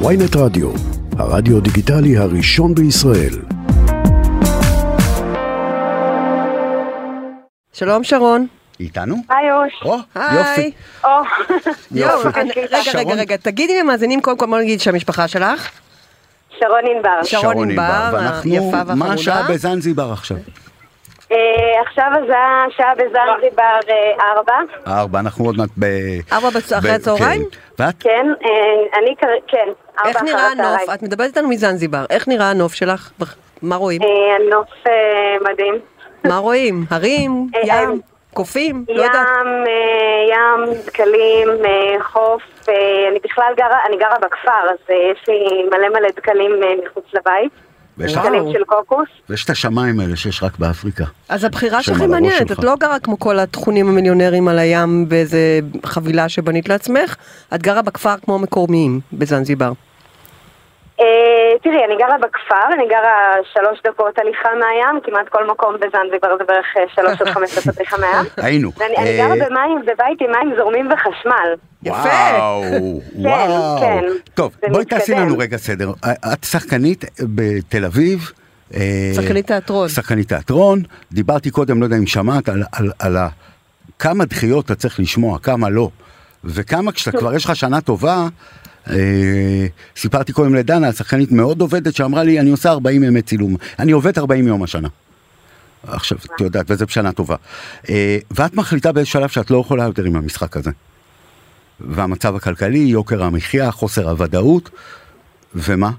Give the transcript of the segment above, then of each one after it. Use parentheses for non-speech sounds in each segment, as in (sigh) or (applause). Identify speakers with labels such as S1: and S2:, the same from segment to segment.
S1: ויינט רדיו, הרדיו דיגיטלי הראשון בישראל.
S2: שלום שרון.
S3: איתנו?
S4: היי לא, אוש.
S3: או,
S2: היי.
S3: יופי.
S4: או, אוקיי,
S2: יופי.
S3: יופי.
S2: רגע,
S3: שרון?
S2: רגע, רגע, תגידי למאזינים, קודם כל בוא נגיד שהמשפחה שלך.
S4: שרון ענבר.
S2: שרון ענבר, היפה והחמודה.
S3: מה השעה בזנזיבר עכשיו?
S4: אה, עכשיו הזעה, שעה בזנזיבר אה, ארבע.
S3: ארבע, אנחנו עוד מעט ב...
S2: ארבע בצ-
S3: ב-
S2: אחרי הצהריים?
S3: כן. ואת?
S4: כן, אה, אני כר- כן, ארבע
S2: איך
S4: אחר
S2: נראה הנוף?
S4: הצהריים.
S2: את מדברת איתנו מזנזיבר. איך נראה הנוף שלך? בח- מה
S4: (laughs)
S2: רואים?
S4: אה, הנוף אה, מדהים.
S2: מה רואים? הרים?
S4: אה,
S2: ים? קופים? לא
S4: ים,
S2: יודעת.
S4: אה, ים, דקלים, אה, חוף. אה, אני בכלל גרה, אני גרה בכפר, אז אה, יש לי מלא מלא דקלים אה, מחוץ לבית.
S3: ויש לך-
S2: וואו.
S4: דקלים של קוקוס.
S3: ויש את השמיים האלה שיש רק באפריקה.
S2: אז הבחירה
S3: שם
S2: שלך
S3: על
S2: היא
S3: הראש
S2: מעניינת,
S3: שלך.
S2: את לא גרה כמו כל התכונים המיליונרים על הים באיזה חבילה שבנית לעצמך, את גרה בכפר כמו מקומיים בזנזיבר.
S4: אה, תראי, אני גרה בכפר, אני גרה שלוש דקות הליכה מהים, כמעט כל מקום בזנזיבר זה בערך אה, שלוש עד חמש דקות הליכה מהים.
S3: (laughs) היינו.
S4: ואני אני
S3: אה,
S4: גרה במים, בבית עם מים זורמים וחשמל.
S2: יפה.
S4: (laughs)
S3: וואו, וואו.
S4: כן.
S3: טוב,
S4: זה
S3: בואי תעשי
S4: מתקדם.
S3: לנו רגע סדר. את שחקנית בתל אביב. אה,
S2: שחקנית תיאטרון.
S3: שחקנית תיאטרון. דיברתי קודם, לא יודע אם שמעת, על- על- על ה- כמה דחיות אתה צריך לשמוע, כמה לא.
S2: (laughs)
S3: וכמה כשאתה כבר יש לך שנה טובה, אה, סיפרתי קודם לדנה, שחקנית מאוד עובדת, שאמרה לי, אני עושה 40 ימי צילום. אני עובדת 40 יום השנה. עכשיו, את יודעת, וזה בשנה טובה. אה, ואת מחליטה באיזה שלב שאת לא יכולה יותר עם המשחק הזה. והמצב הכלכלי, יוקר המחיה, חוסר הוודאות, ומה?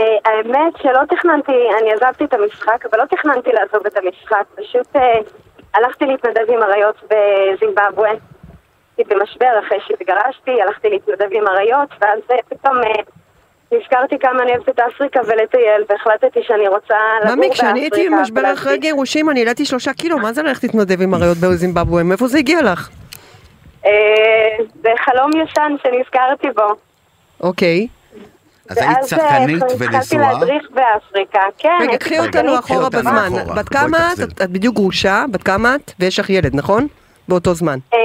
S4: אה, האמת שלא תכננתי, אני עזבתי את המשחק, אבל לא תכננתי לעזוב את המשחק, פשוט אה, הלכתי להתנדב עם אריות בזימבבואה. הייתי במשבר אחרי שהתגרשתי, הלכתי להתנדב עם אריות, ואז אה, פתאום אה, נזכרתי כמה אני אוהבת את אפריקה ולטייל, והחלטתי שאני רוצה לגור
S2: ממי,
S4: באפריקה.
S2: כשאני הייתי במשבר
S4: ולהפסיק.
S2: אחרי גירושים, אני העליתי שלושה קילו, מה זה ללכת להתנדב עם אריות בזימבבואה? מאיפה זה הגיע לך?
S4: אה, זה חלום ישן שנזכרתי בו.
S2: אוקיי.
S3: אז היית
S4: ואז, אה,
S3: שחקנית
S4: התחלתי
S3: ונשואה,
S4: להדריך באפריקה, כן.
S2: רגע,
S4: הייתי
S2: קחי
S3: רגע,
S2: אותנו
S4: שחקנית.
S3: קחי
S2: אחורה
S3: אותנו
S2: בזמן.
S3: אחורה.
S2: בת
S3: בואי
S2: כמה את?
S3: תחזרי.
S2: את בדיוק גרושה, בת כמה את? ויש לך ילד, נכון? באותו זמן.
S4: אה,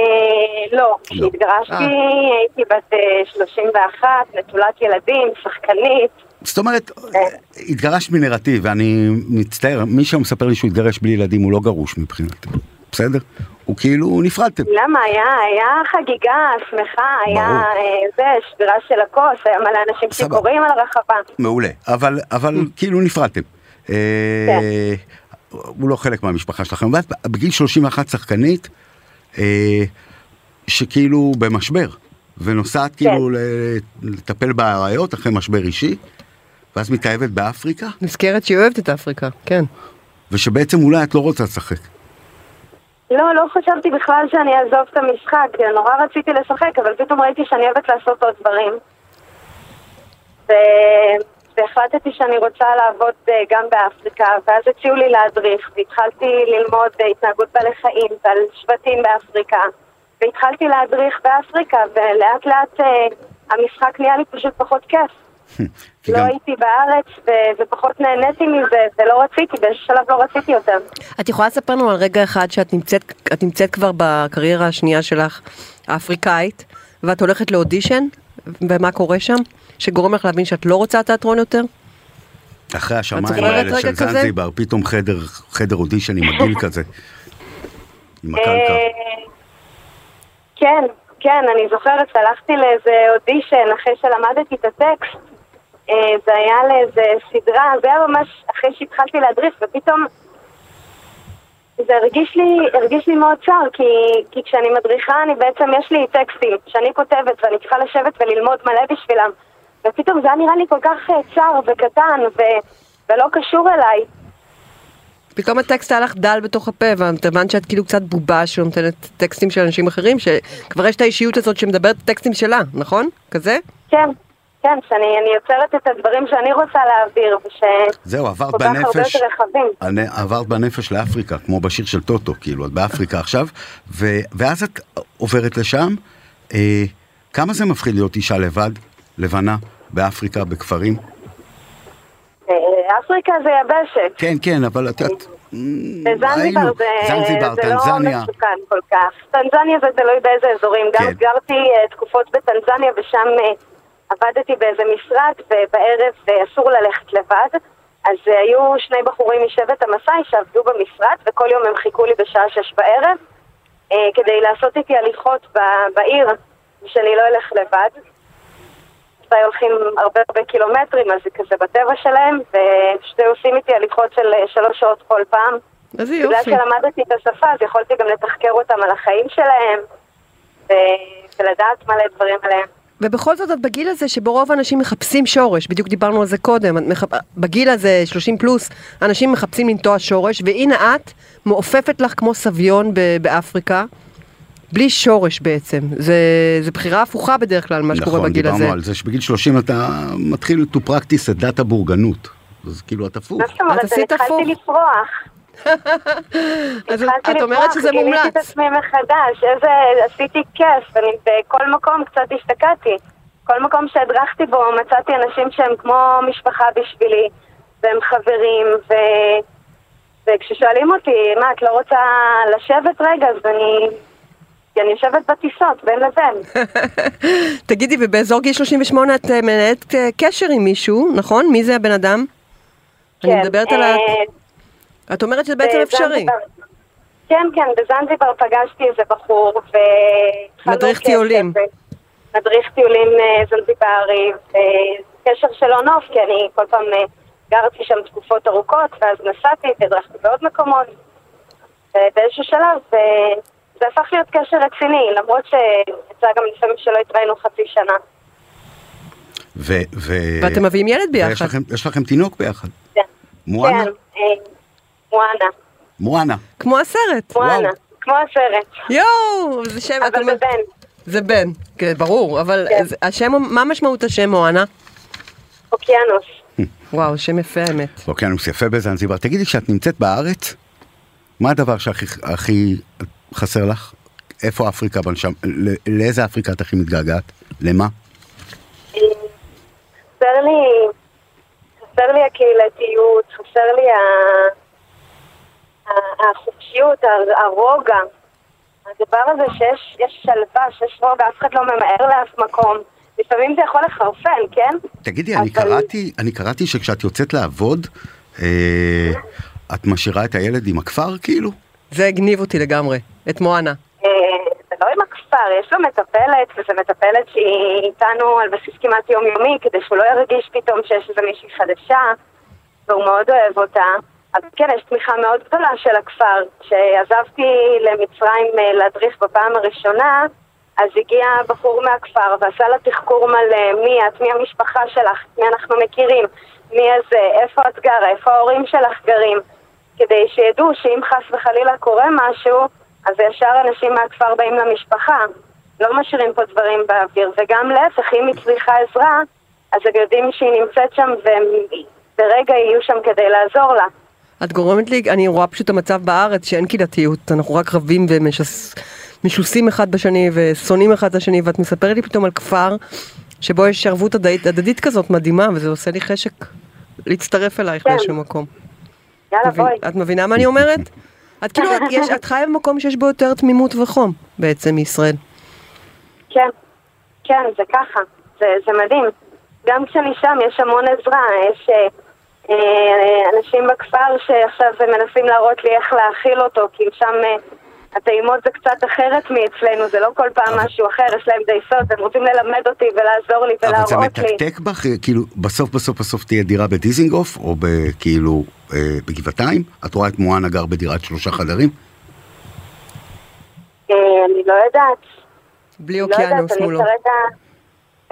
S4: לא,
S3: לא.
S4: כשהתגרשתי
S2: אה.
S4: הייתי בת אה, 31, נטולת ילדים, שחקנית.
S3: זאת אומרת,
S4: אה.
S3: התגרשת מנרטיב, ואני מצטער, מי שמספר לי שהוא התגרש בלי ילדים הוא לא גרוש מבחינתי, בסדר? הוא כאילו, נפרדתם.
S4: למה? היה, היה חגיגה, שמחה, היה
S3: ברור.
S4: אה, זה, שבירה של הכוס, היה מלא אנשים
S3: סבבה.
S4: שיכורים על הרחבה.
S3: מעולה, אבל,
S4: (laughs)
S3: אבל כאילו נפרדתם. אה,
S4: כן.
S3: הוא לא חלק מהמשפחה שלכם, ואת בגיל 31 שחקנית, אה, שכאילו במשבר, ונוסעת כאילו
S4: כן.
S3: ל- לטפל באריות אחרי משבר אישי, ואז מתאהבת באפריקה,
S2: נזכרת שהיא אוהבת את אפריקה, כן.
S3: ושבעצם אולי את לא רוצה לשחק.
S4: לא, לא חשבתי בכלל שאני אעזוב את המשחק, נורא רציתי לשחק, אבל פתאום ראיתי שאני אוהבת לעשות עוד דברים. ו- והחלטתי שאני רוצה לעבוד אה, גם באפריקה, ואז הציעו לי להדריך, והתחלתי ללמוד אה, התנהגות בעלי חיים ועל שבטים באפריקה, והתחלתי להדריך באפריקה, ולאט לאט אה, המשחק נהיה לי פשוט פחות כיף.
S3: כי
S4: לא
S3: גם-
S4: הייתי בארץ ו- ופחות נהניתי מזה, ולא רציתי, באיזשהו שלב לא רציתי יותר.
S2: את יכולה לספר לנו על רגע אחד שאת נמצאת, את נמצאת כבר בקריירה השנייה שלך, האפריקאית, ואת הולכת לאודישן, ומה קורה שם? שגורם לך להבין שאת לא רוצה תיאטרון יותר?
S3: אחרי
S2: את
S3: השמיים
S2: זוכרת
S3: האלה של
S2: רגע כזה?
S3: זנזיבר, פתאום חדר, חדר אודישן עם
S4: (laughs)
S3: הגיל כזה. עם הקרקע.
S4: אה, כן, כן, אני זוכרת שהלכתי לאיזה אודישן אחרי שלמדתי את הטקסט. אה, זה היה לאיזה סדרה, זה היה ממש אחרי שהתחלתי להדריך, ופתאום זה הרגיש לי, הרגיש לי מאוד צר, כי, כי כשאני מדריכה, אני בעצם, יש לי טקסטים שאני כותבת, ואני צריכה לשבת וללמוד מלא בשבילם. ופתאום זה היה נראה לי כל כך אה, צר וקטן, ו, ולא קשור אליי.
S2: פתאום הטקסט היה לך דל בתוך הפה, ואת הבנת שאת כאילו קצת בובה שנותנת טקסטים של אנשים אחרים, שכבר יש את האישיות הזאת שמדברת את הטקסטים שלה, נכון? כזה?
S4: כן, כן, שאני אני יוצרת את הדברים שאני רוצה להעביר, וש...
S3: זהו, עברת
S4: כל כך הרבה
S3: בנפש,
S4: יותר רחבים.
S3: אני- עברת בנפש לאפריקה, כמו בשיר של טוטו, כאילו, את באפריקה עכשיו, ו, ואז את עוברת לשם. אה, כמה זה מפחיד להיות אישה לבד, לבנה, באפריקה, בכפרים?
S4: אה, אפריקה זה יבשת.
S3: כן, כן, אבל את יודעת...
S4: בזנזיבר
S3: היינו,
S4: אה, זה,
S3: זנזיבר,
S4: זה
S3: טנזניה.
S4: לא מסוכן כל כך. טנזניה זה תלוי באיזה לא אזורים. גם
S3: כן.
S4: גרתי אה, תקופות בטנזניה ושם אה, עבדתי באיזה משרד, ובערב אה, אסור ללכת לבד. אז אה, היו שני בחורים משבט המסאי שעבדו במשרד, וכל יום הם חיכו לי בשעה שש בערב, אה, כדי לעשות איתי הליכות ב- בעיר, שאני לא אלך לבד. והיו הולכים הרבה הרבה קילומטרים, אז זה כזה בטבע שלהם, ופשוט היו עושים איתי הליכות של אה, שלוש שעות כל פעם.
S2: איזה
S4: בגלל
S2: יופי.
S4: שלמדתי את השפה, אז יכולתי גם לתחקר אותם על החיים שלהם, ו- ולדעת מלא דברים עליהם.
S2: ובכל זאת את בגיל הזה שבו רוב האנשים מחפשים שורש, בדיוק דיברנו על זה קודם, את מחפ... בגיל הזה 30 פלוס, אנשים מחפשים לנטוע שורש, והנה את מעופפת לך כמו סביון ב- באפריקה, בלי שורש בעצם. זה, זה בחירה הפוכה בדרך כלל מה שקורה
S3: נכון,
S2: בגיל הזה.
S3: דיברנו על זה שבגיל 30 אתה מתחיל to practice את דת הבורגנות. אז כאילו את הפוך.
S4: מה זאת אומרת?
S2: את עשית הפוך.
S4: התחלתי לפרוח.
S2: אז
S4: התחלתי
S2: את אומרת
S4: לפרוח,
S2: שזה
S4: גיליתי את
S2: מומלץ.
S4: עצמי מחדש, איזה... עשיתי כיף, אני בכל מקום קצת השתקעתי. כל מקום שהדרכתי בו מצאתי אנשים שהם כמו משפחה בשבילי, והם חברים, ו... וכששואלים אותי, מה, את לא רוצה לשבת רגע? אז אני... כי אני יושבת בטיסות, בין לבין.
S2: תגידי, ובאזור גיל 38 את אה, מנהלת אה, קשר עם מישהו, נכון? מי זה הבן אדם? (laughs) אני
S4: כן,
S2: מדברת על ה...
S4: אה,
S2: את אומרת שזה בעצם אפשרי.
S4: בזנזיבר. כן, כן, בזנזיבר פגשתי איזה בחור, ו...
S2: מדריך
S4: חלוק
S2: טיולים.
S4: כסף, ו- מדריך טיולים אה, זנזיברי, אה, וקשר של אונוף, כי אני כל פעם אה, גרתי שם תקופות ארוכות, ואז נסעתי, והדרכתי בעוד מקומות, ובאיזשהו שלב אה, זה הפך להיות קשר רציני, למרות שיצא גם לפעמים שלא התראינו חצי שנה.
S3: ו- ו-
S2: ואתם מביאים ילד
S3: ויש
S2: ביחד.
S3: לכם, אה, יש לכם תינוק ביחד.
S4: כן.
S3: מואנה?
S4: כן, אה, מואנה,
S3: מואנה.
S2: כמו הסרט.
S4: מואנה,
S3: וואו.
S4: כמו הסרט,
S2: יואו, זה שם, את
S4: אבל זה
S2: אומרת,
S4: בן.
S2: זה בן, כן, ברור, אבל
S4: כן.
S2: זה- השם, מה משמעות השם מואנה?
S4: אוקיינוס.
S2: וואו, שם יפה האמת.
S3: אוקיינוס אוקיי, יפה בזנזיבר. תגידי, כשאת נמצאת בארץ, מה הדבר שהכי הכי חסר לך? איפה אפריקה בנשם? ל- לאיזה אפריקה את הכי מתגעגעת? למה?
S4: חסר לי, חסר לי הקהילתיות, חסר לי ה- ה- החופשיות, ה- הרוגע. הדבר הזה שיש יש שלווה, שיש רוגע, אף אחד לא ממהר לאף מקום. לפעמים זה יכול לחרפן, כן?
S3: תגידי, אני
S4: אבל-
S3: קראתי, אני קראתי שכשאת יוצאת לעבוד, אה, את משאירה את הילד עם הכפר כאילו?
S2: זה הגניב אותי לגמרי, את מואנה.
S4: אה, זה לא עם הכפר, יש לו מטפלת, וזו מטפלת שהיא איתנו על בסיס כמעט יומיומי, כדי שהוא לא ירגיש פתאום שיש איזה מישהי חדשה, והוא מאוד אוהב אותה. אבל כן, יש תמיכה מאוד גדולה של הכפר. כשעזבתי למצרים אה, להדריך בפעם הראשונה, אז הגיע בחור מהכפר ועשה לה תחקור מלא, מי את, מי המשפחה שלך, מי אנחנו מכירים, מי הזה, איפה את גרה, איפה ההורים שלך גרים, כדי שידעו שאם חס וחלילה קורה משהו, אז ישר אנשים מהכפר באים למשפחה. לא משאירים פה דברים באוויר, וגם להפך, אם היא צריכה עזרה, אז הם יודעים שהיא נמצאת שם והם ברגע יהיו שם כדי לעזור לה.
S2: את גורמת לי, אני רואה פשוט את המצב בארץ שאין קהילתיות, אנחנו רק רבים ומשוסים אחד בשני ושונאים אחד את השני, ואת מספרת לי פתאום על כפר שבו יש ערבות הדדית, הדדית כזאת מדהימה, וזה עושה לי חשק להצטרף אלייך
S4: כן.
S2: באיזשהו מקום.
S4: יאללה,
S2: מבין-
S4: בואי.
S2: את מבינה מה אני אומרת? את כאילו, את, יש, את חיה במקום שיש בו יותר תמימות וחום בעצם מישראל.
S4: כן, כן, זה ככה, זה, זה מדהים. גם כשאני שם יש המון עזרה, יש אה, אה, אנשים בכפר שעכשיו מנסים להראות לי איך להאכיל אותו, כי שם אה, הטעימות זה קצת אחרת מאצלנו, זה לא כל פעם
S3: אבל-
S4: משהו אחר, יש להם דייסות, הם רוצים ללמד אותי ולעזור לי
S3: אבל זה
S4: ולהראות לי.
S3: מתקתק בך, כאילו, בסוף בסוף בסוף תהיה דירה בדיזינגוף, או ב- כאילו אה, בגבעתיים, את רואה את מואנה גר בדירת שלושה חדרים?
S4: אה, אני לא יודעת.
S2: בלי
S4: לא יודעת,
S2: אוקיינוס
S4: אני
S2: מולו.
S4: כרגע...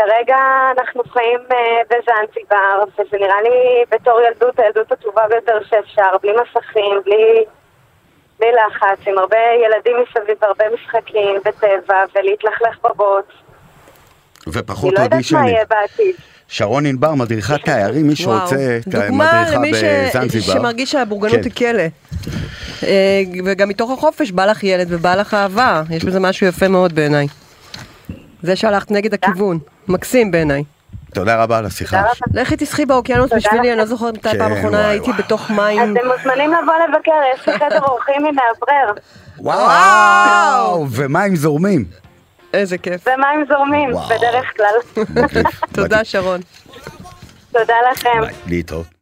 S4: כרגע אנחנו חיים אה, בזנזיבר, וזה נראה לי בתור ילדות, הילדות הטובה ביותר שאפשר, בלי מסכים, בלי, בלי לחץ, עם הרבה ילדים מסביב, הרבה משחקים וטבע, ולהתלכלך בבוץ. אני
S3: ופחות
S4: לא יודעת מה
S3: אודישנים.
S4: יהיה בעתיד.
S3: שרון ענבר,
S4: (laughs)
S3: מדריכת תיירים, מי שרוצה, ת-
S2: דוגמה
S3: מדריכה
S2: למי ש...
S3: בזנזיבר.
S2: שמרגיש שהבורגנות
S3: כן.
S2: היא כלא. אה, וגם מתוך החופש בא לך ילד ובא לך אהבה, יש בזה משהו יפה מאוד בעיניי. זה שהלכת נגד הכיוון, מקסים בעיניי.
S3: תודה רבה על השיחה.
S4: תודה
S2: לכי תשחי באוקיינוס
S4: תודה
S2: בשבילי,
S4: לכם.
S2: אני לא זוכרת מתי
S3: כן,
S2: פעם אחרונה
S3: וואי,
S2: הייתי
S3: וואי.
S2: בתוך מים.
S4: אתם מוזמנים לבוא לבקר, יש לי חדר אורחים עם מאוורר.
S2: (laughs)
S3: וואו! ומים זורמים.
S2: איזה כיף.
S4: ומים זורמים,
S3: וואו.
S4: בדרך כלל.
S3: מגניב.
S2: תודה, שרון.
S4: תודה לכם.
S3: (laughs) ביי, להתראות.